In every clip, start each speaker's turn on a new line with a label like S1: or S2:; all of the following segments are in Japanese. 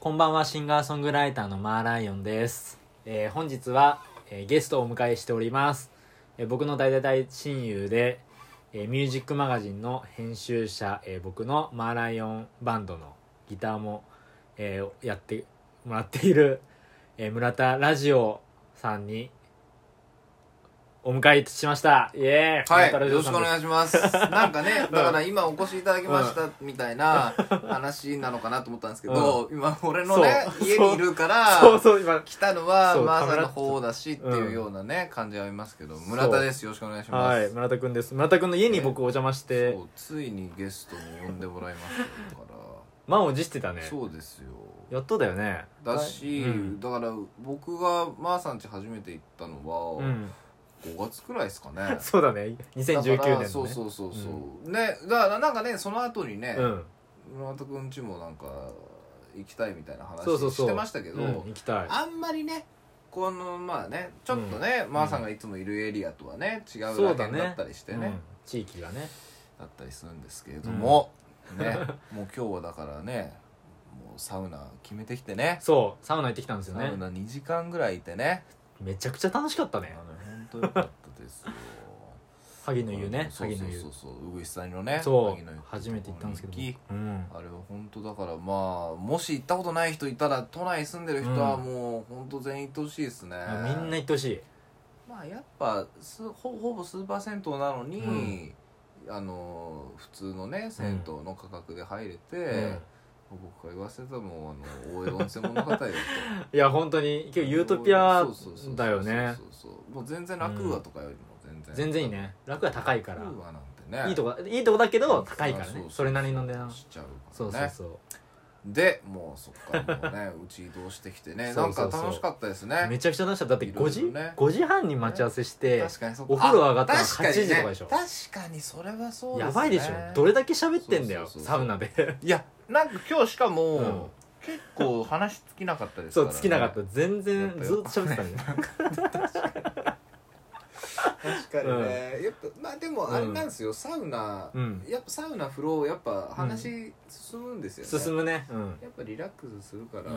S1: こんばんはシンガーソングライターのマーライオンです、えー本日は、えーゲストをお迎えしております、えー僕の大大大親友で、えーミュージックマガジンの編集者、えー僕のマーライオンバンドのギターも、えーやってもらっている、えー村田ラジオさんにお迎えしましたイエーイ、
S2: はい、
S1: 村
S2: よ
S1: 田ラジオ
S2: ろし
S1: さ
S2: く
S1: んです
S2: お願いします。なんかね、だから今お越しいただきましたみたいな話なのかなと思ったんですけど、今俺のね、
S1: そう
S2: 家にいるから、
S1: そうそう今
S2: 来たのは
S1: そう
S2: マー
S1: カ
S2: さ
S1: メ
S2: ん
S1: ラ
S2: の方だしっていうようなね、感じはありますけど、村田です。よろしくお願いしま
S1: はい
S2: す。
S1: 村田くんです村田くんの家に僕お邪魔して
S2: そう、ついにゲストも呼んでもらいましたか
S1: 満を持してたね
S2: ら、そうですよ。
S1: やっとだよね
S2: だし、
S1: うん
S2: だから僕がマーさん家初めて行ったのは
S1: う、ん
S2: 5月くらいですかね。
S1: そうだね2019
S2: だか
S1: 年の
S2: ら
S1: ね
S2: そうそうそうそう、ねだからなんかねその後にね、
S1: うん
S2: 村本くんちもなんか行きたいみたいな話
S1: そうそうそう
S2: してましたけど
S1: うん行きたい
S2: あんまりねこのまあねちょっとね、
S1: うん
S2: まーさんがいつもいるエリアとはね違う
S1: そ
S2: ラ
S1: うだ
S2: ケン
S1: ね
S2: だったりしてねだ
S1: うん地域がね
S2: ったりするんですけれども、 ねもう今日はだからねもうサウナ決めてきてね
S1: そうサウナ行ってきたんですよ
S2: サ
S1: ね
S2: ウナ2時間ぐらいいてね
S1: めちゃくちゃ楽しかった
S2: あ
S1: ね
S2: の本当良かったですよ
S1: 萩の湯ね
S2: そう
S1: 萩
S2: そ
S1: の
S2: う
S1: 湯
S2: そうそううぐいす谷のね
S1: そ
S2: 萩の湯
S1: う初めて行ったんですけど
S2: 行き
S1: うん
S2: あれは本当だからまあもし行ったことない人いたら都内住んでる人は
S1: うん
S2: もう本当全員行ってほしいですね、
S1: みんな行ってほしい
S2: まあやっぱすほほぼスーパー銭湯なのに、あの普通のね銭湯の価格で入れて、僕が言わせたらもうあの大江戸の専門の方 よ
S1: いや本当に今日ユートピア
S2: そうそうそうそう
S1: だよね
S2: そうそうそうもう全然楽はとかよりも全然、
S1: 全然いいね楽は高いか
S2: 楽
S1: ら
S2: はなんてね
S1: いいとこいいとこだけど高いからねそれなりの値段
S2: しちゃうからね
S1: そうそうそう
S2: でもうそっから もうねうち移動してきてね
S1: そうそうそう
S2: なんか楽しかったですね
S1: めちゃくちゃ楽しかっただって5
S2: いろ
S1: 時
S2: いろね
S1: 5時半に待ち合わせして
S2: 確かにそっ
S1: お風呂上がったの
S2: あ確にね
S1: 8時とかでしょ
S2: 確かにそれはそうです、ね、
S1: やばいでしょどれだけ喋ってんだよ
S2: そうそうそう
S1: サウナ で
S2: いやなんか今日しかも、
S1: うん
S2: 結構話尽きなかったですか
S1: そ
S2: ら、
S1: う
S2: ね、
S1: 尽きなかった全然
S2: やっぱよ
S1: ずっと喋ってたんだよ
S2: 確かにね、やっぱまあでもあれなんですよ、サウナ、
S1: うん
S2: やっぱサウナ風呂やっぱ話進むんですよね、
S1: 進むねうん
S2: やっぱリラックスするから、
S1: うん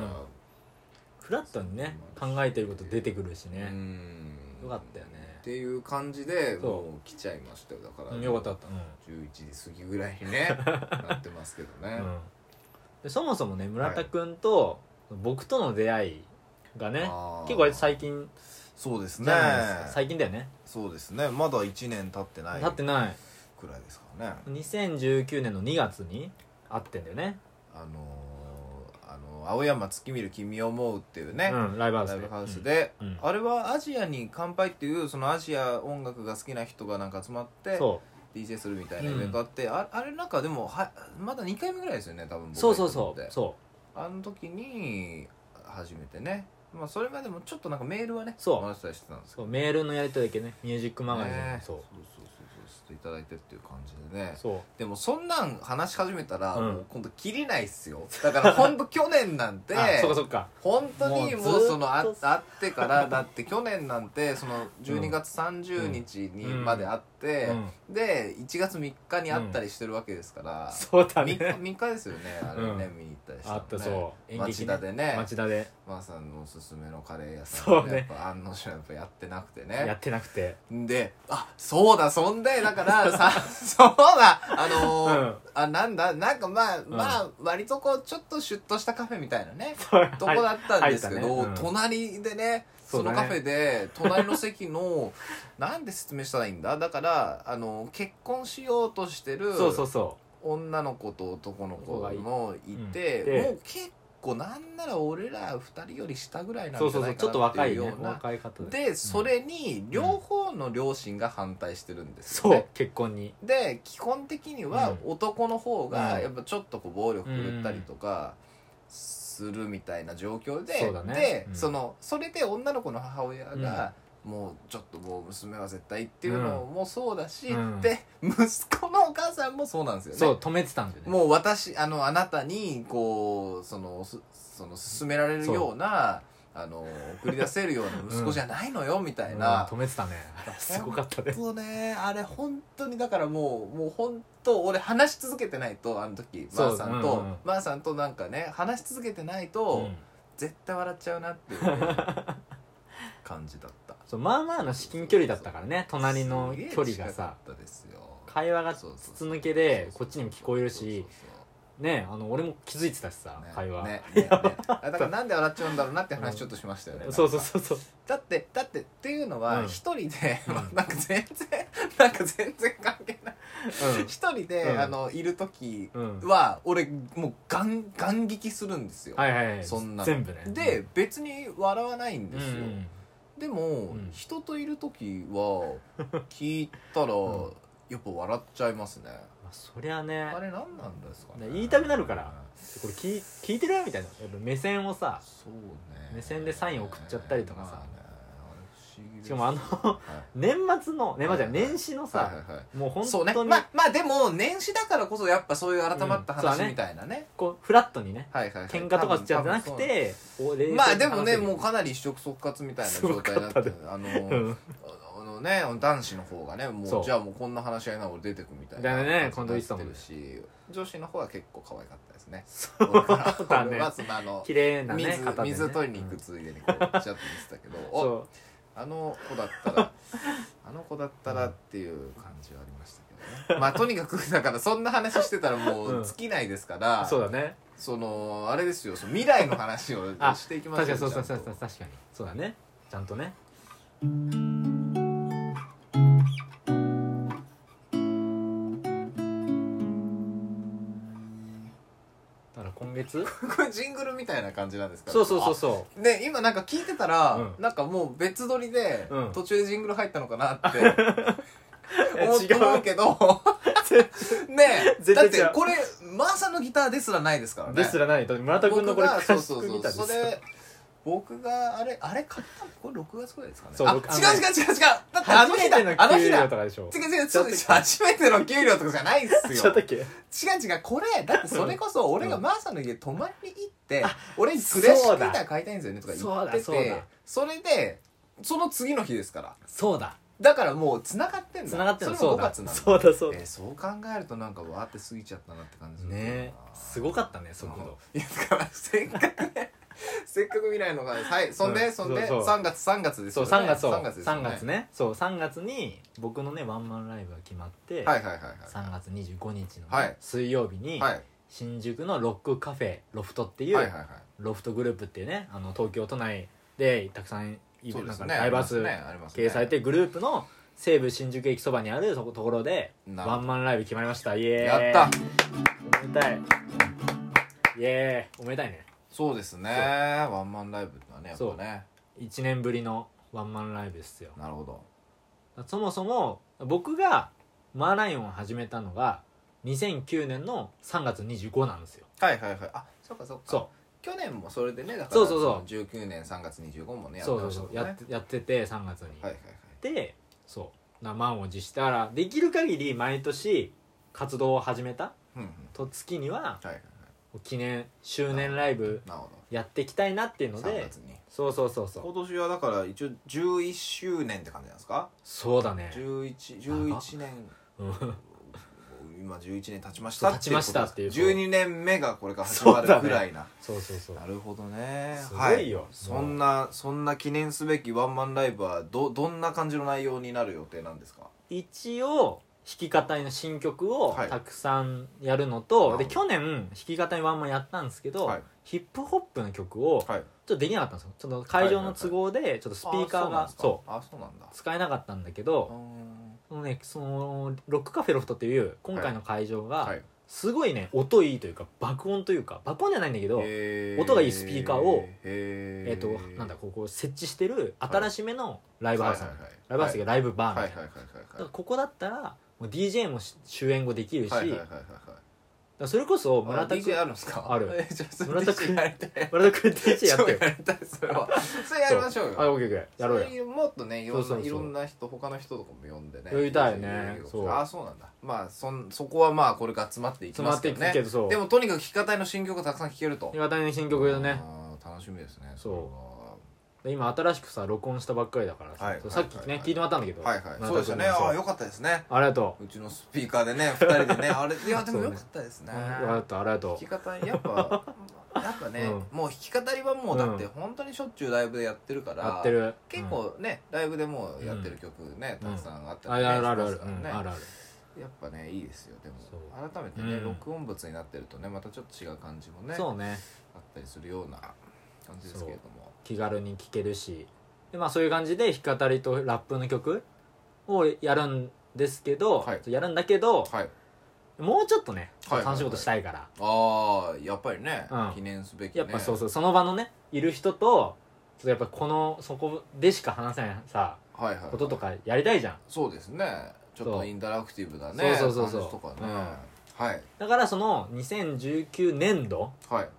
S1: フラットにね考えてること出てくるし
S2: う
S1: ね
S2: ん
S1: よかったよね
S2: っていう感じで
S1: そう
S2: もう来ちゃいましたよだから、
S1: うんよかったよかっ
S2: 11時過ぎぐらい にねなってますけど
S1: た
S2: ね
S1: う、んうんでそもそもね村田君と僕との出会いがね
S2: あー
S1: 結構あれ最近
S2: そうです
S1: じ
S2: ね
S1: ゃないですか最近だよね
S2: そうですねまだ1年経ってない
S1: だってない
S2: くらいですからね
S1: 2019年の2月に会ってんだよね
S2: あのー、あの青山月見る君を思うっていうね、
S1: うんライブハウス
S2: ライ
S1: で
S2: ブハウスで、
S1: うんうん
S2: あれはアジアに乾杯っていうそのアジア音楽が好きな人がなんか集まって
S1: そ
S2: DJ するみたいなイベントあって、ああれなんかでもはまだ2回目ぐらいですよね多分
S1: う
S2: 僕
S1: そうそうそ
S2: 行ったのっ
S1: う
S2: て
S1: そう
S2: あの時に初めてねまあそれまでもちょっとなんかメールはね
S1: そう
S2: 回したりしてたんですけど
S1: そうメールのやり取りだけねミュージックマガジン、
S2: ね
S1: そう
S2: そうそうそうそうしていただいてっていう感じでね
S1: そう
S2: でもそんなん話し始めたら、
S1: うん
S2: もう今度切りないっすよだからほんと去年なんて
S1: あそっかそっか
S2: 本当に
S1: もうずっ
S2: も
S1: と
S2: うそのあ会ってからだって去年なんてその12月30日に
S1: うん
S2: まで会って
S1: う、ん
S2: で1月3日に会ったりしてるわけですから、
S1: そうだ
S2: 三
S1: ね
S2: 3日三日ですよねあれね、
S1: う
S2: 見に行ったりした
S1: あ
S2: の、ね、
S1: ったそう演劇
S2: 町田でね
S1: 町田で
S2: まあさんのおすすめのカレー屋
S1: そ
S2: さ
S1: うんね
S2: でやっぱ案の定やっぱやってなくてね
S1: やってなくて
S2: で、あ、そうだ、そんで、だ から、さ、そうだ、あのー
S1: うん
S2: あ、なんだ、なんかまあ、
S1: ん
S2: まあ、割とこう、ちょっとシュッとしたカフェみたいなね、とこ
S1: は
S2: だったんですけ
S1: 入った
S2: ど、
S1: ねうん
S2: 隣でね、
S1: そう
S2: そ
S1: だ
S2: の
S1: ね
S2: カフェで、隣の席の、なんで説明したらいいんだだから、あの、結婚しようとしてる
S1: い、そうそうそ
S2: 女の子と男の子もい
S1: うん
S2: て、
S1: で
S2: もう結構、なんなら俺ら二人より下ぐらいうなん
S1: そう
S2: じ
S1: そ
S2: ゃ
S1: うそ
S2: な
S1: う
S2: い
S1: ちょ
S2: か
S1: っと
S2: なって
S1: 若
S2: いう
S1: い
S2: よ
S1: ね
S2: うな
S1: 若い方で
S2: でそれに両方の両親が反対してるんですよ、
S1: そう
S2: ね
S1: 結婚に
S2: で基本的には男の方
S1: う
S2: が
S1: ん
S2: やっぱちょっとこう暴力振るったりとかするみたいな状況で、
S1: そうだね
S2: で、
S1: うん
S2: そのそれで女の子の母親が、もうちょっともう娘は絶対っていうのもそうだし、
S1: うん
S2: で息子のお母さんもそうなんですよね
S1: そう止めてたんだよね
S2: もう私あのあなたにこうそのすその勧められるようなあの送り出せるような息子じゃないのよみたいな、
S1: 止めてたねすごかったね
S2: そうねあれ本当にだからもうもう本当俺話し続けてないとあの時
S1: そう
S2: まーさんと、
S1: うんうん
S2: まーさんとなんかね話し続けてないと、
S1: うん
S2: 絶対笑っちゃうなっていうね、感じだった
S1: そうまあまあの至近距離だったからね隣の距離が
S2: すげえ近
S1: さ
S2: かったですよ
S1: 会話が
S2: そうそうそう
S1: 筒抜けでこっちにも聞こえる
S2: そうそう
S1: し
S2: そう
S1: ねあの俺も気づいてたしさ
S2: ね
S1: 会話、
S2: ね ねねあだからなんで笑っちゃうんだろうなって話ちょっとしましたよね、
S1: そうそうそうそう
S2: だってだってっていうの
S1: う
S2: は
S1: ん
S2: 一人で、
S1: うん
S2: なんか全然 なんか全然関係ない一人で、
S1: うん
S2: あのいる時
S1: うん、うん、
S2: は俺もうガンガン聞きするんですよ、
S1: はいはいはい
S2: そんなの
S1: 全部ね
S2: で別に笑わないん
S1: う
S2: で
S1: ん
S2: すよ、でも、
S1: ん
S2: 人といる時は 聞いたら、
S1: うん
S2: やっぱ笑っちゃいますね
S1: まあ、そりゃね
S2: あれ何なんですかね
S1: ね言いたくなるからこれ聞い聞いてるみたいなやっぱ目線をさ
S2: そうね
S1: 目線でサイン送っちゃったりとかさ
S2: まあねあれ不思議です
S1: しかもあの
S2: はい
S1: 年末の年末じゃない
S2: はいはい
S1: 年始のさ、
S2: はいはいはい
S1: もう本
S2: そうね
S1: 当に
S2: まあまあでも年始だからこそやっぱそういう改まった
S1: うんそう
S2: 話
S1: だね
S2: みたいなね,、
S1: こうフラットにね
S2: はいはいはい
S1: 喧嘩とかじゃなく
S2: 多分多分
S1: て
S2: そうまあでもねもうかなり一触即発みたいな状態だった
S1: すご
S2: あの、
S1: う、うん、
S2: あのね男子の方がねも
S1: そう
S2: うじゃあもうこんな話し合いなら俺出てくみたいな
S1: だね
S2: 感じにな
S1: 今度言ってたもん
S2: る
S1: ね
S2: し女子の方は結構可愛かったですね
S1: そうだね
S2: 俺はそのあの
S1: 綺麗なね
S2: 水
S1: 方でね
S2: 水取りに行くついでにこうちょっと見てたけど、
S1: うん
S2: お
S1: そ
S2: あの子だった らあの子だったらっていう感じはありましたけどねまあとにかくだからそんな話してたらも
S1: うん
S2: う尽きないですから、
S1: うそうだね
S2: そのあれですよその未来の話を
S1: あ
S2: していきましょ
S1: 確
S2: う
S1: かにそう
S2: ち
S1: そ
S2: ゃ
S1: うん
S2: と
S1: そうそう確かにそうだねちゃんとねだから今月
S2: これジングルみたいな感じなんです か
S1: そうそうそうそ
S2: で今なんか聞いてたら、
S1: うん
S2: なんかもう別撮りで、
S1: うん
S2: 途中でジングル入ったのかなっ て
S1: う
S2: 思って思うけどねえ
S1: 全
S2: だ
S1: 然違う
S2: ってこれマーさんのギターですらないですからね
S1: ですらないと村田君のこれ
S2: 僕がそうそう
S1: クラシックギタ
S2: そう
S1: ー
S2: そ
S1: です
S2: れ僕があれあれ買ったのこれ6月ぐらいですかね
S1: そう
S2: あ違う
S1: 僕あの
S2: 違う違う違うだってあ
S1: 初
S2: の
S1: め
S2: 日
S1: て
S2: だあ
S1: の
S2: の
S1: 給
S2: 日だ
S1: 料
S2: 違
S1: とかでしょ
S2: う違うそうです初めての給料とかじゃないっす
S1: ちょっ
S2: よ
S1: とけ
S2: 違う違うこれだってそれこそ俺がマーサの家泊まりに行って俺にク
S1: そう
S2: ラシッ
S1: だ
S2: クギター買いたいんですよねとか言ってて
S1: そうだそうだ
S2: それでその次の日ですから
S1: そうだ
S2: だからもう繋がってんだ
S1: つながってる
S2: それ
S1: そ
S2: も
S1: う
S2: 5
S1: だ
S2: 月なんだ
S1: そうだそう
S2: えーそう考えるとなんかわーって過ぎちゃったなって感じ
S1: だ
S2: するな
S1: ねすごかったね速度
S2: いやだからせっかくね せっかく未来のがはいそんで、
S1: うん
S2: そんで
S1: そうそう
S2: 3月3月です
S1: そ
S2: よ
S1: う
S2: ね
S1: 3月そう
S2: 3月ですよね
S1: 3月ねそう3月に僕のねワンマンライブが決まって
S2: はいはいはい
S1: 3月25日の
S2: は
S1: ね
S2: い
S1: 水曜日に
S2: はいはい
S1: 新宿のロックカフェロフトってい
S2: はいはいうはい
S1: ロフトグループっていうねあの東京都内でたくさんい
S2: そう
S1: る
S2: で
S1: なん
S2: す
S1: か
S2: ね
S1: ライバース
S2: ありますね
S1: 掲載ってグループの西武新宿駅そばにあるところで
S2: なるほ
S1: ワ
S2: ど
S1: ンマンライブ決まりましたイエーイ
S2: やった
S1: おめでたいイエーイおめでたいね
S2: そうですねワンマンライブってのはねやっぱね
S1: 1年ぶりのワンマンライブですよ
S2: なるほど
S1: そもそも僕がマーライオンを始めたのが2009年の3月25なんですよ
S2: はいはいはいあそうかそうか
S1: そ
S2: 去年もそれでねだから
S1: そうそうそう
S2: の19年3月25も
S1: う
S2: ねやって
S1: そうそう
S2: まし
S1: そ
S2: たも
S1: うん
S2: ね
S1: やってやってて3月に、
S2: はいはい
S1: でそうな満を持してだからできる限り毎年活動を始めた
S2: はいうんうん
S1: と月には
S2: はいはいはい
S1: 記念周年ライブ
S2: なるほ
S1: やっていきたいなっていう
S2: ど
S1: の
S2: 3
S1: で
S2: 月に
S1: そうそうそうそう
S2: 今年はだから一応11周年って感じなんですか
S1: そうだね
S2: 1111年
S1: うん
S2: 今11年経ちました
S1: 経ちましたっていう
S2: ことです12年目がこれから始まるぐらいな、
S1: そうそうそう
S2: なるほどね
S1: すごいよ
S2: は
S1: もう
S2: そんなそんな記念すべきワンマンライブはどどんな感じの内容になる予定なんですか
S1: 一応弾き語りの新曲を
S2: はい
S1: たくさんやるのと、
S2: なるほど
S1: で去年弾き語りワンマンやったんですけど、
S2: はい
S1: ヒップホップの曲をちょっ
S2: はい
S1: とできなかったんですよちょっと会場の都合でちょっとスピーカーが、そ
S2: あそうなんで
S1: う
S2: す
S1: 使えなかったんだけ
S2: かあそう
S1: ど、
S2: なんだ
S1: そのね、そのロックカフェロフトっていう今回の会場
S2: うー
S1: が、
S2: んはい
S1: すごいね音いいというか爆音というか爆音じゃないんだけど、
S2: え
S1: 音がいいスピーカーを
S2: え
S1: えっとなんだここ設置してる新しめのライブハウスなの、
S2: はいはいはい
S1: ライブハウスっていうかライブバーみた
S2: はいい
S1: な、
S2: はいはい
S1: だ
S2: はい
S1: か
S2: は
S1: らここだったらもう DJ も終演後できるし、
S2: いはいはいはいはい
S1: だからそれこそ
S2: 村
S1: 村
S2: 田
S1: 田君
S2: DJ あるんですか
S1: ある
S2: えじゃあそれ
S1: 村田君
S2: DJ やりたい
S1: 村田君 DJ やってよ
S2: 超やりたいそれはそれやりましょうよ
S1: あオッケーオッケーやろうよ
S2: そういうもっとねいろんな
S1: そうそうそう
S2: いろんな人他の人とかも呼んでね
S1: 呼びたいよねそう
S2: ああそうなんだまあそんそこはまあこれから集まっていき
S1: 詰ま
S2: ま
S1: っ
S2: す
S1: て
S2: け
S1: い
S2: ど
S1: く
S2: ね
S1: けどそう
S2: でもとにかく弾き語りの新曲がたくさん聴けると
S1: 岩谷の新曲でね
S2: あー楽しみですね
S1: そう
S2: そ
S1: で今新しくさ録音したばっかりだからさ、
S2: はい
S1: そうさっきね、
S2: はいはいはい
S1: 聞いてもらったんだけど、
S2: はいはい
S1: 中
S2: そうですよね
S1: 君のさ
S2: ああよかったですね
S1: ありがとう
S2: うちのスピーカーでね二人でねあれいやでもよかったですね
S1: ありがとうありがと
S2: 弾き方やっ ぱなんかね、もう弾き語りはもうだって本当にしょっちゅうライブでやってるか
S1: う
S2: ら
S1: やってる
S2: 結構ね、ライブでもうやってる曲ね、
S1: うん
S2: たくさんあっ
S1: う
S2: た
S1: んあるあるあるあ
S2: し
S1: る、
S2: ま
S1: うんあ
S2: すから
S1: る
S2: ね
S1: ある
S2: やっぱねいいですよでも
S1: そ
S2: 改めてね、
S1: うん
S2: 録音物になってるとねまたちょっと違う感じもねあ
S1: そうね
S2: ったりするような感じですけれども
S1: 気軽に聴けるしで、まあ、そういう感じで弾き語りとラップの曲をやるんですけど、
S2: はい
S1: やるんだけど、
S2: はい
S1: もうちょっとね
S2: はい
S1: 楽しいことしたいから、
S2: ああやっぱりね、
S1: うん
S2: 記念すべき、ね、
S1: やっぱそうそうその場のねいる人とちょっとやっぱこのそこでしか話せないさ
S2: はいはいはい
S1: こととかやりたいじゃん
S2: そうですねちょっ
S1: そ
S2: と
S1: う
S2: インタラクティブだね
S1: そうそうそうそう
S2: 感じとかね、はい
S1: だからその2019年度
S2: はい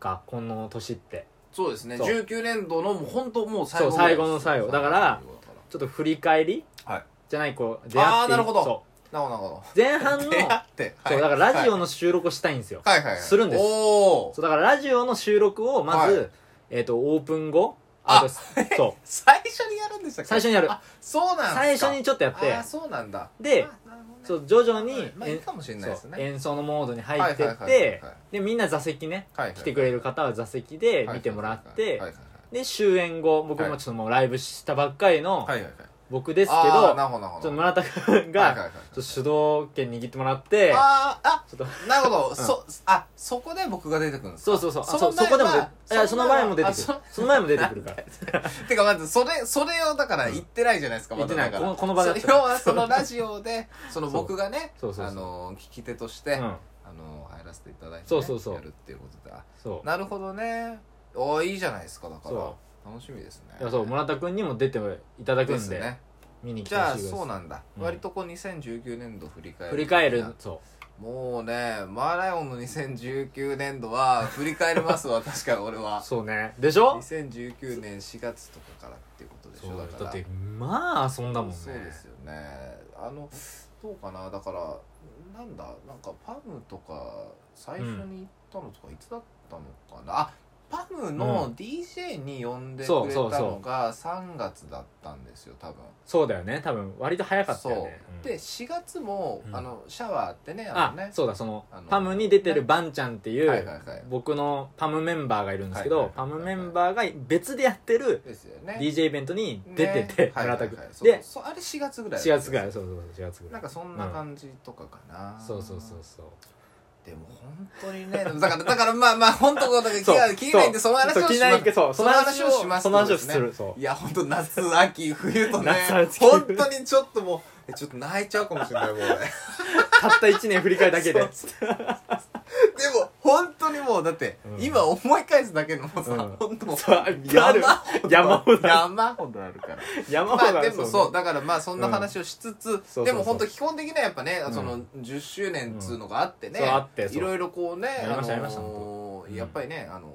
S1: かこの年って
S2: そうですね
S1: そう
S2: 19年度のもう本当もう最後
S1: そう最後の最後だからちょっと振り返り、
S2: はい
S1: じゃないこう出会
S2: あー
S1: って
S2: なるほど
S1: そ
S2: なるほどなるほど
S1: う前半の、
S2: 出 会って
S1: そうだからラジオ
S2: の
S1: の収録をしたいんですよ、
S2: はいはいはい
S1: するんです
S2: お
S1: そ
S2: ー
S1: うだからラジオの収録をまず、
S2: は
S1: えっ、とオープン後
S2: あ
S1: とそう
S2: 最初にやるんでしたっけ
S1: 最初にやる
S2: あそうなん
S1: 最
S2: ですか
S1: 初にちょっとやっ
S2: あー
S1: て
S2: そうなんだ
S1: で
S2: あなるほどね
S1: そう徐々に、
S2: まあいいかもしれないです
S1: そう
S2: ね
S1: 演奏のモードに入ってって、
S2: はいはいはいはい
S1: でみんな座席ね
S2: はいはい
S1: 来てくれる方は座席で見てもらって、
S2: はいはいはい
S1: で終演後僕もちょっともうライブしたばっかりの
S2: はいはいはいはい
S1: 僕ですけど、
S2: あーなるほどなるほ
S1: ちょっと
S2: ど
S1: 村田君が、
S2: はいはいはい
S1: ちょっと主導権握ってもらって
S2: あーあ
S1: ちょっと
S2: なるほど、そあそこで僕が出てくるんですか
S1: そうそうそうあ
S2: そ
S1: そうそこでも出ていやその前も出てくる
S2: くる
S1: その前も出てくるから
S2: てかまずそれそれをだから言ってないじゃないですか、
S1: うん
S2: まだだから
S1: 言ってないこのこの場でやった
S2: それはそ のラジオでその僕がね
S1: そうそうそうそう
S2: あの聞き手とし
S1: う
S2: て、あ
S1: ん
S2: の入らせていただいて、ね、
S1: そうそうそう
S2: やるっていうことであ
S1: そう
S2: なるほどねおーいいじゃないですかだから
S1: そ
S2: 楽しみですね
S1: いやそう村田君にも出ていただく
S2: で
S1: ん
S2: す
S1: で
S2: ね
S1: 見に来
S2: じ
S1: て
S2: ゃ
S1: ほ
S2: あ
S1: しいです
S2: そうなんだ、
S1: うん
S2: 割とこう2019年度振り返る
S1: 振り返るそ
S2: もうねマーライオンの2019年度は振り返りますわ確かに俺
S1: う
S2: は
S1: そうねでしょ
S2: 2019年4月とかからっていうことでし
S1: そ
S2: ょだ
S1: う
S2: から
S1: だってまあ遊んだもんね
S2: そうですよねあのどうかなだからなんだなんかパムとか最初に行ったのとかいつだったのかな、あパム
S1: う
S2: の DJ に呼んでく
S1: そう
S2: れ
S1: そう
S2: た
S1: そ
S2: のが3月だったんですよ多分
S1: そうだよね多分割と早かったよ
S2: そ
S1: ねうん
S2: うで4月も、
S1: うん
S2: あのシャワーってねあ
S1: あ
S2: のね
S1: そうだその
S2: あの
S1: パムに出てるバンちゃんってい
S2: はいはいうはい
S1: 僕のパムメンバーがいるんですけ
S2: はい
S1: ど
S2: はい
S1: パムメンバーが別でやってる
S2: ですよね
S1: DJ イベントに出てて
S2: ねはい
S1: 村
S2: はいは
S1: 田
S2: い
S1: 君
S2: そう
S1: で
S2: そうあれ4月ぐらい
S1: 4月ぐら
S2: い
S1: いそうそうそう4月ぐら
S2: ないんかそんな感じとかかな、
S1: そうそうそうそう
S2: でも本当 にね、でもだから、だからまあまあ、本当こう、だから気が気にないんで、その話
S1: そう
S2: を
S1: 気
S2: し
S1: にない
S2: ま
S1: けどそう
S2: そ
S1: そ
S2: の
S1: の話
S2: 話を
S1: を
S2: します
S1: その話を
S2: って
S1: す
S2: ことで
S1: るそう
S2: す。いや、本当夏、秋、冬とね
S1: 夏、秋冬
S2: 本当にちょっともう、えちょっと泣いちゃうかもしれない、もうね。
S1: たった1年振り返るだけで
S2: でも、本当にもう、だって、
S1: うん
S2: 今思い返すだけでもさ、
S1: うん
S2: 本当もう
S1: そうある
S2: 山ほど、
S1: 山ほど
S2: 山ほどあるから。
S1: 山ほ
S2: ま
S1: ど
S2: あ
S1: あ
S2: で
S1: る
S2: も
S1: ね
S2: そうだからまあそんな話をしつつ、
S1: そう
S2: で
S1: そう
S2: も
S1: そう
S2: 本当基本的にはやっぱね、
S1: うん
S2: その10周年っつうのがあってね、
S1: うんそうあってそう
S2: いろいろこうね
S1: やりましたやりました
S2: の
S1: 当うん
S2: やっぱりねあの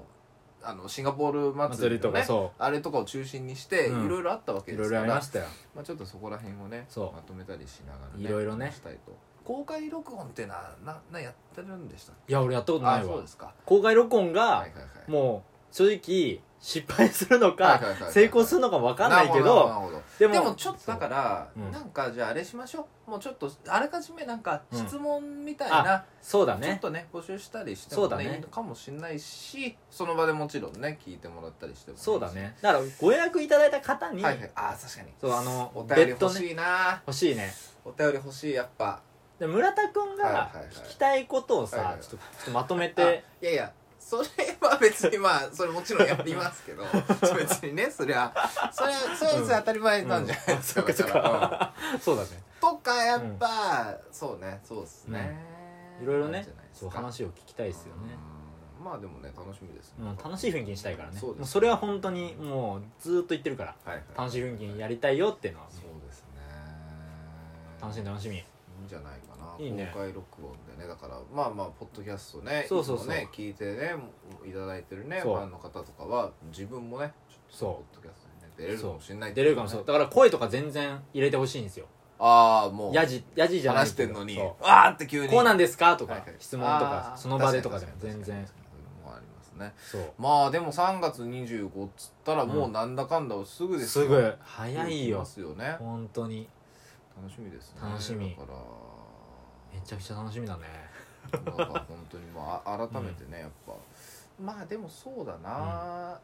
S2: あのシンガポール祭
S1: 祭
S2: り
S1: り
S2: と
S1: と
S2: か,、ね
S1: か、そ
S2: あれとかを中心にして
S1: うん
S2: いろいろあったわ
S1: う
S2: け
S1: い
S2: で
S1: ろい
S2: す
S1: ろ
S2: から、
S1: ありましたよ
S2: まあ、ちょっとそこら辺をね
S1: そう
S2: まとめたりしながら
S1: いろいろね
S2: 話したいと公開録音ってなななやってるんでしたっ
S1: いや俺やったこと
S2: け
S1: な
S2: あ
S1: い
S2: そう
S1: わ
S2: ですか
S1: 公開録音
S2: はい
S1: が
S2: はいはい
S1: もう正直失敗するの
S2: はいはいはい
S1: か
S2: はい
S1: 成功するのか分かんないけ
S2: るほなる
S1: ど
S2: ほど
S1: で
S2: でもちょっとだからら、
S1: うん
S2: なんかじゃああれしましょうもうちょっとあらかじめなんか
S1: うん
S2: 質問みたい
S1: あ
S2: な、
S1: そうだ
S2: ちょっ
S1: ね
S2: とね募集したりしても、
S1: そうだ
S2: ね
S1: ね
S2: いいのかもしれないしその場でもちろんね聞いてもらったりしてもいいし
S1: そうだねだからご予約いただいた方に
S2: はいはいあー確かに
S1: そうあの
S2: お便り
S1: 別
S2: 欲
S1: 途ね
S2: しいな、
S1: 欲しいね
S2: お便り欲しいやっぱ
S1: で村田君
S2: はい
S1: が
S2: はいはい
S1: 聞きたいことを
S2: はいは
S1: さ
S2: い
S1: ちょっとちょっとまとめ
S2: あ
S1: て
S2: いやいやそれは別にま あそれもちろんやりますけど別にねそりゃそれはそれは別に当たり前なんじゃないですか、
S1: うん そっかそっ
S2: だらうん
S1: かそうだね
S2: とかやっぱ、そうねそうですね、
S1: いろいろね
S2: なんじゃなです
S1: そう
S2: か
S1: 話を聞きたいですよね
S2: うんまあでもね楽しみです
S1: う
S2: ね、
S1: ん楽しい雰囲気にしたいからね
S2: そう
S1: も
S2: です
S1: うそれは本当にもうずーっと言ってるから
S2: はいはい
S1: 楽しい雰囲気にやりたいよっていうのは
S2: そうですね
S1: 楽しみ
S2: い
S1: 楽しみ
S2: いんじゃないかない
S1: いね
S2: 公開録音でねだからまあまあポッドキャストね
S1: そうそうそう
S2: いつもね聞いてねいただいてるねフ
S1: そう
S2: ァンの方とかは自分もねちょっと
S1: そう
S2: ポッドキャストにね出れるかもしれない
S1: 出れるかもしれないだから声とか全然入れてほしいんですよ
S2: ああもう
S1: やじやじじゃない
S2: 話
S1: け
S2: して
S1: ど
S2: んのに
S1: そ
S2: わーって急
S1: う
S2: に
S1: こうなんですかと
S2: はい
S1: か
S2: はい
S1: 質問と
S2: あ
S1: か
S2: ー
S1: その場でとかでも全
S2: 確かに
S1: 然
S2: 確かに確かにそれもあります
S1: そ
S2: ね
S1: う
S2: まあでも3月25っつったらもうなんだかんだすぐです
S1: す
S2: よ
S1: ぐ早い
S2: 来ま
S1: よ
S2: すよね
S1: 本当に
S2: 楽しみですね
S1: 楽しみ
S2: だから
S1: めちゃくちゃ楽しみだね
S2: だから本当にまああ改めてね、やっぱまあでもそうだな、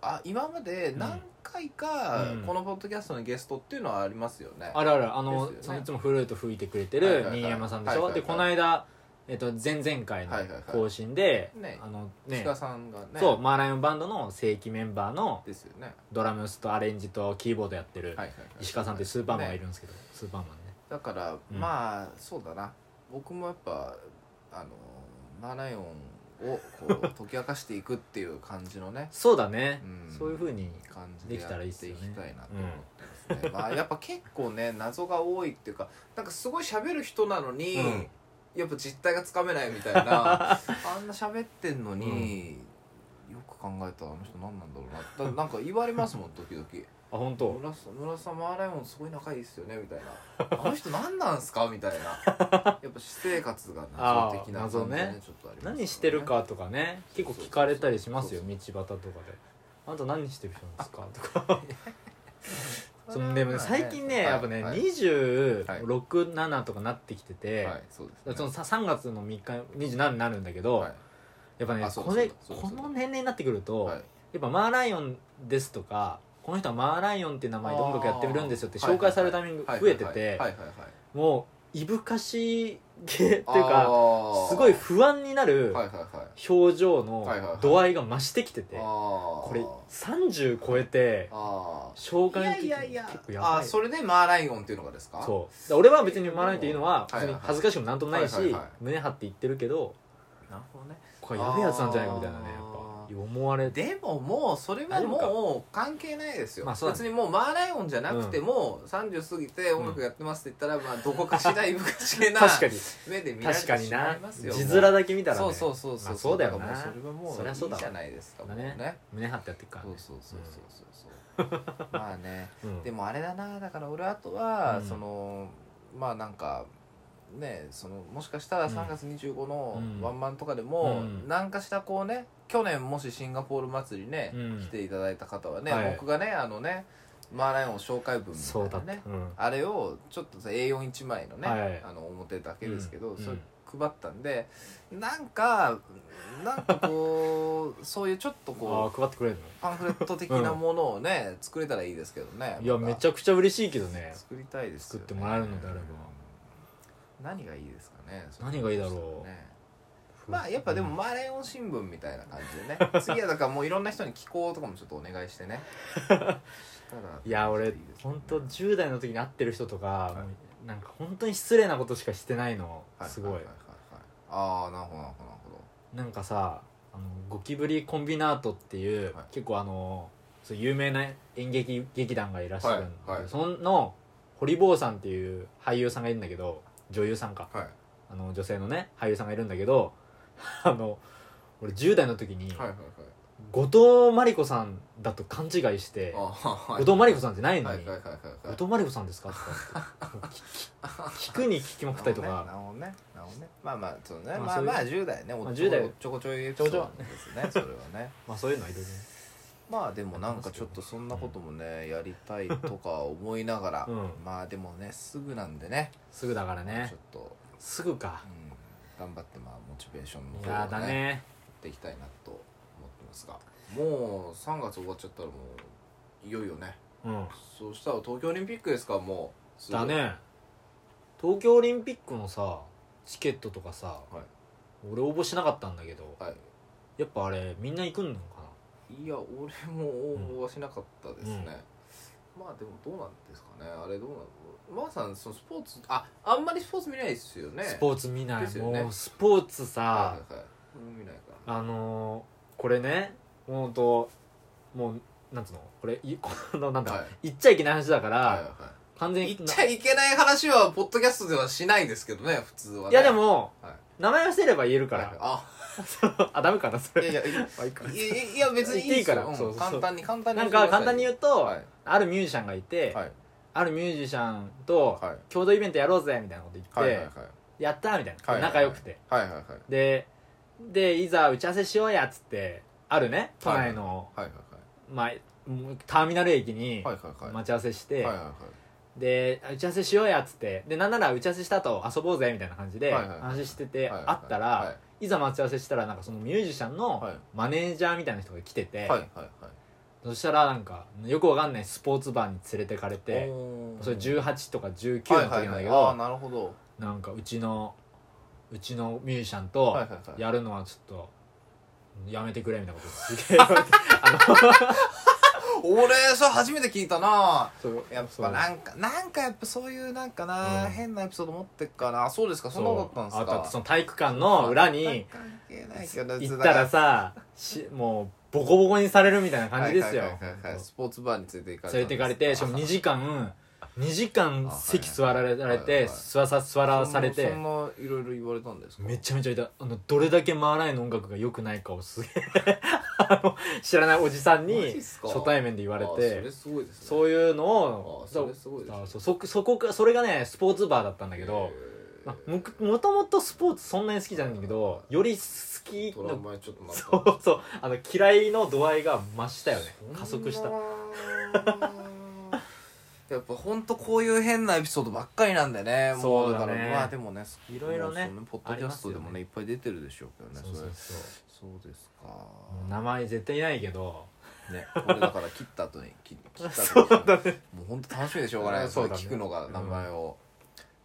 S2: あ今まで何回か
S1: うん
S2: このポッドキャストのゲストっていうのはありますよね、
S1: あるあるあの、
S2: です
S1: そ
S2: よね
S1: のいつもフルート吹いてくれて
S2: はいはい
S1: る
S2: はい
S1: 新山さんでしょ、
S2: はいはいはい
S1: でこの間、えっと前々回の
S2: はいはいはい
S1: 更新で、
S2: ね
S1: あのね
S2: 鹿さんがね
S1: そうマーライオンバンドの正規メンバーの
S2: ですよねはい
S1: ドラムスとアレンジとキーボードやってる
S2: はいはい
S1: 石川さんってスーパーマンがい
S2: ね
S1: るんですけど、スーパーマンね
S2: だから、
S1: うん
S2: まあそうだな僕もやっぱあのマーライオンをこう解き明かしていくっていう感じ のね
S1: そうだね、
S2: うん
S1: そういうふうに
S2: 感じで
S1: で
S2: や
S1: き
S2: った
S1: ら
S2: て
S1: いい
S2: い
S1: っすよ
S2: き
S1: ね
S2: たいなと思ってますね、まあやっぱ結構ね謎が多いっていうかなんかすごい喋る人なのに、
S1: うん
S2: やっぱ実態がつかめないみたいな あんな喋ってんのに、よく考えたらあの人何なんだろうなだなんか言われますもん時々
S1: あ本
S2: 「
S1: 当
S2: 村さん村さんマーライオンすごい仲いいっすよね」みたいな「 あの人何なんすか?」みたいなやっぱ私生活が謎的な感じ
S1: あー謎
S2: でね
S1: ね
S2: ちょっとありますよね
S1: 何してるかとかね結構聞かれたりしますよ
S2: そ
S1: 道端とかで「あんた何してる人なんですか?」とか
S2: そ
S1: そ
S2: れは
S1: の
S2: まあ
S1: でもね最近ね、
S2: はい
S1: やっぱね、
S2: はい
S1: 267、7とかなってきてて、
S2: はいそうですね
S1: そのさ3月の3日27になるんだけど、
S2: はい
S1: やっぱね
S2: あそうだ
S1: これ
S2: そうだそう
S1: こ
S2: だ
S1: の年齢になってくると、
S2: はい
S1: やっぱ「マーライオンです」とか「この人はマーライオンって名前で音楽やってるんですよ」って
S2: あー
S1: 紹介されるタイミング増えててもういぶかし系っていうかすごい不安になる
S2: はいはいはい
S1: 表情
S2: はいはいは
S1: の
S2: い
S1: 度合いが増してきてて、
S2: こ
S1: これ30超えて
S2: あ
S1: 紹
S2: あい
S1: 介の
S2: や
S1: 時
S2: いやいや
S1: 結構やば
S2: あ
S1: い
S2: ーそれでマーライオンっていうのがですかう
S1: そうだから俺は別にマーライオンっていうのは
S2: はい
S1: 別
S2: はい
S1: に恥ずかしくもなんともない
S2: はいはい
S1: し
S2: はい
S1: 胸張って言ってるけど
S2: なるほどね
S1: これやべえやつなんじゃないかみたいなねやっ
S2: あー
S1: ぱ思われて
S2: でももうそれはもう関係ないですよ、
S1: まあそうだね
S2: 別にもうマーライオンじゃなくても、30過ぎて音楽やってますって言ったら、まあどこかしらいぶかしげ な
S1: 確かに
S2: 目で見られ
S1: 確
S2: て
S1: かに
S2: しま
S1: ない
S2: ますよ
S1: 字面
S2: だ
S1: だけ見たらね
S2: そうそうそう
S1: まあそうだよな
S2: からもうそ
S1: そ
S2: れはも
S1: りゃそう
S2: うい
S1: だわ
S2: いじゃないですかもう
S1: だ
S2: ね
S1: 胸張ってやってるから
S2: そう
S1: ね
S2: そうそうそうそう そうまあね
S1: うん
S2: でもあれだなだから俺あとは、
S1: うん
S2: そのまあなんかねそのもしかしたら
S1: うん
S2: 3月25の
S1: うん
S2: ワンマンとかでも、
S1: うん
S2: なんかしたこうね去年もしシンガポール祭りね、
S1: うん
S2: 来ていただいた方はね、
S1: はい
S2: 僕がねあのねマーライオン紹介文み
S1: そう
S2: た
S1: だ
S2: い
S1: っ
S2: な
S1: た
S2: ね
S1: うん
S2: あれをちょっと A41 枚のね、
S1: はい
S2: あの表だけですけ
S1: う
S2: ど、
S1: ん
S2: それ配ったんでなんかなんかこう そういうちょっと
S1: あ
S2: こ
S1: あ
S2: う
S1: 配ってくれる
S2: パンフレット的なものをね、作れたらいいですけどね
S1: のいや
S2: また
S1: めちゃくちゃ嬉しいけどね
S2: 作りたいですよ、ね、
S1: 作ってもらえるのであれば
S2: 何がいいですかね
S1: 何がいいだろう
S2: ねまあやっぱでもマーレオン新聞みたいな感じでね 次はだからもういろんな人に寄稿とかもちょっとお願いしてねしたら
S1: いや
S2: いい
S1: 俺
S2: ですね
S1: 本当10代の時に会ってる人とか
S2: は
S1: なんか本当に失礼なことしかしてないの
S2: は
S1: すご
S2: はいはははああなるほどなるほどなるほど
S1: なんかさあのゴキブリコンビナートっていう、
S2: はい
S1: 結構あのそう有名な演劇劇団がいらっしゃるんだけど、
S2: はいはい
S1: その堀坊さんっていう俳優さんがいるんだけど女優さんか
S2: はい
S1: あの女性のね俳優さんがいるんだけど あの俺10代の時に、
S2: はいはいはい
S1: 後藤真理子さんだと勘違いして
S2: あ
S1: 後
S2: あ
S1: 藤真理子さんじゃないの
S2: はい
S1: に
S2: はいはいはいはい
S1: 後藤真理子さんですか?」 とかって聞聞くに聞きまくったりと
S2: なる
S1: か
S2: ほどねなるほどねまあまあそうね
S1: まあ
S2: まあ
S1: そういう
S2: まあ10代ね
S1: まあ
S2: ちょ
S1: 10代
S2: こちょこちょいエピソードなんですねそれはね
S1: まあそういうのはいろい
S2: まあでもなんかちょっとそんなこともねやりたいとか思いながら、
S1: ろうん
S2: まあでもねすぐなんでね
S1: すぐだから
S2: ち
S1: ね
S2: ょっと、
S1: すぐか
S2: うん、頑張ってまあモチベーションの
S1: いや
S2: 方
S1: だ
S2: をねや
S1: ね
S2: っていきたいなと思ってますがもう3月終わっちゃったらもういよいよね
S1: うん
S2: そうしたら東京オリンピックですかもうすぐ
S1: だね東京オリンピックのさチケットとかさ、俺応募しなかったんだけど
S2: はい
S1: やっぱあれみんな行くんのか
S2: いや俺も応募はしなかったですね、
S1: うん
S2: まあでもどうなんですかねあれどうなのまーさんそのスポーツああんまりスポーツ見ないですよね
S1: な、スポーツ見ない、
S2: ですよね
S1: もうスポーツ
S2: は
S1: さ、
S2: いはいはい俺も見ないから
S1: あのー、これねほんともうなんつうのこれい このなんだ、
S2: はい
S1: 言っちゃいけない話だから、
S2: はいはいはい
S1: 完全に
S2: 言っちゃいけない話はポッドキャストではしないですけどね普通は、ね、
S1: いやでも、
S2: はい
S1: 名前をせれば言えるから、
S2: あ
S1: あダメかなそ
S2: い
S1: れ
S2: やいやいや
S1: まあいいか
S2: いやいや別にい
S1: 言っ
S2: いですよ
S1: ていいから
S2: うん
S1: そうそうそう
S2: 簡単に簡単 に
S1: なんか簡単に言
S2: う
S1: うと、
S2: はい
S1: あるミュージシャンがいて、
S2: はい
S1: あるミュージシャンと
S2: はい
S1: 共同イベントやろうぜみたいなこと言って、
S2: はいはいはい
S1: やったーみたいな、
S2: はい
S1: 仲良くて
S2: はいはいはい
S1: ででいざ打ち合わせしようやっつってあるね都内の、
S2: はいはい
S1: まあ、もうターミナル駅に
S2: はいはいはいはい
S1: 待ち合わせして、
S2: はいはいはい
S1: で打ち合わせしようやっつってでなんなら打ち合わせした後遊ぼうぜみたいな感じで
S2: はいはいはい
S1: 話してて、
S2: はい
S1: 会ったら、
S2: はい
S1: いざ待ち合わせしたらなんかそのミュージシャンの
S2: はい
S1: マネージャーみたいな人が来てて、
S2: はいはいはい
S1: そしたらなんかよくわかんないスポーツバーに連れてかれて
S2: おー
S1: それ18とか19の時
S2: は
S1: な
S2: い
S1: んだけど、
S2: はいはいあーなるほど
S1: なんかうちのうちのミュージシャンと
S2: はいはいはい
S1: やるのはちょっとやめてくれみたいなこと すげえ言われてあ
S2: 俺それ初めて聞いたな
S1: の
S2: やっぱなんかなんかやっぱそういうなんかな、
S1: うん
S2: 変なエピソード持ってっかなそうですかそんなことだったんです
S1: そうあ
S2: か
S1: とその体育館の裏に
S2: 関係ないけど
S1: 行ったらさしもうボコボコにされるみたいな感じですよ
S2: はいはいはいはいスポーツバーに連れて行かれたんです
S1: 連れてかれてしかも2時間2時間席座られ
S2: あはいはいはい
S1: て座さ座らされて
S2: そんないろいろ言われたんですか
S1: めちゃめちゃ痛いあのどれだけマーライの音楽が良くないかをすげえ あの知らないおじさん
S2: マジ
S1: に
S2: っすか
S1: 初対面で言われ
S2: あそれ
S1: て
S2: すごいですね
S1: そういうの
S2: あ
S1: を
S2: それすごいですね
S1: あそうそそこかそれがねスポーツバーだったんだけど
S2: えー
S1: まももともとスポーツそんなに好きじゃないんだけどより好き
S2: トラウ
S1: の
S2: マにちょっとなった
S1: そうそうあの嫌いの度合いが増したよね加速した
S2: そんなやっぱほんとこういう変なエピソードばっかりなんでねも
S1: そう
S2: う
S1: だ
S2: だ
S1: ね
S2: からまあでもね
S1: いろいろね
S2: もうそのポッドキャストでも
S1: ありますよね
S2: ねいっぱい出てるでしょうけどね
S1: そうそう
S2: れ
S1: そう
S2: そうですか
S1: もう名前絶対ないけど
S2: ね、これだから切った後に切切った後にさもう本当楽しみでしょうがない、
S1: そ
S2: そうれ
S1: だね
S2: 聞くのが名前を、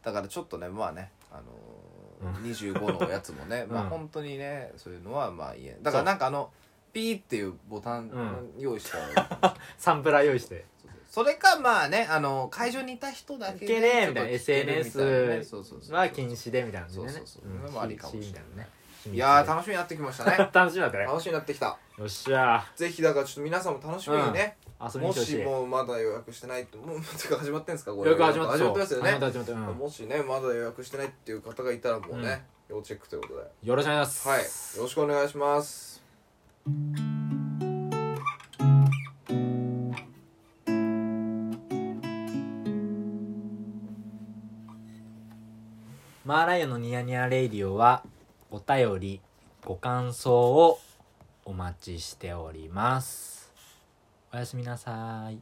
S2: だからちょっとねまあねあのー25のやつ もね、まあ
S1: うん
S2: 本当にねそういうのはまあいいやだからなんかあのピーっていうボタン
S1: う
S2: 用意 したら、
S1: サンプラー用意して
S2: そうそうそれかまあねあの会場にいた人だけ
S1: いけねえ
S2: ちょっと
S1: みたいな
S2: 聞けるみたいなね
S1: SNS
S2: そうそうそう
S1: は禁止でみたいなね
S2: そうそうそう
S1: うん
S2: それもありかもしれない
S1: 禁止みたいなね
S2: いやー楽しみになってきましたね
S1: 楽しみだったね
S2: 楽しみになってきた
S1: よっしゃ
S2: ぜひだからちょっと皆さんも楽しみにね、
S1: ー遊びに
S2: も
S1: 来てほし
S2: し
S1: い
S2: もうまだ予約してないともう てか始まってんですかこ
S1: 予約始まった
S2: 始まってますよね
S1: 始まった始まったうん
S2: もしねまだ予約してないっていう方がいたらもうね、要チェックということでは
S1: よろしくお願いします
S2: いよろしくお願いします
S1: マーライオンのニヤニヤレイディオはお便りご感想をお待ちしておりますおやすみなさい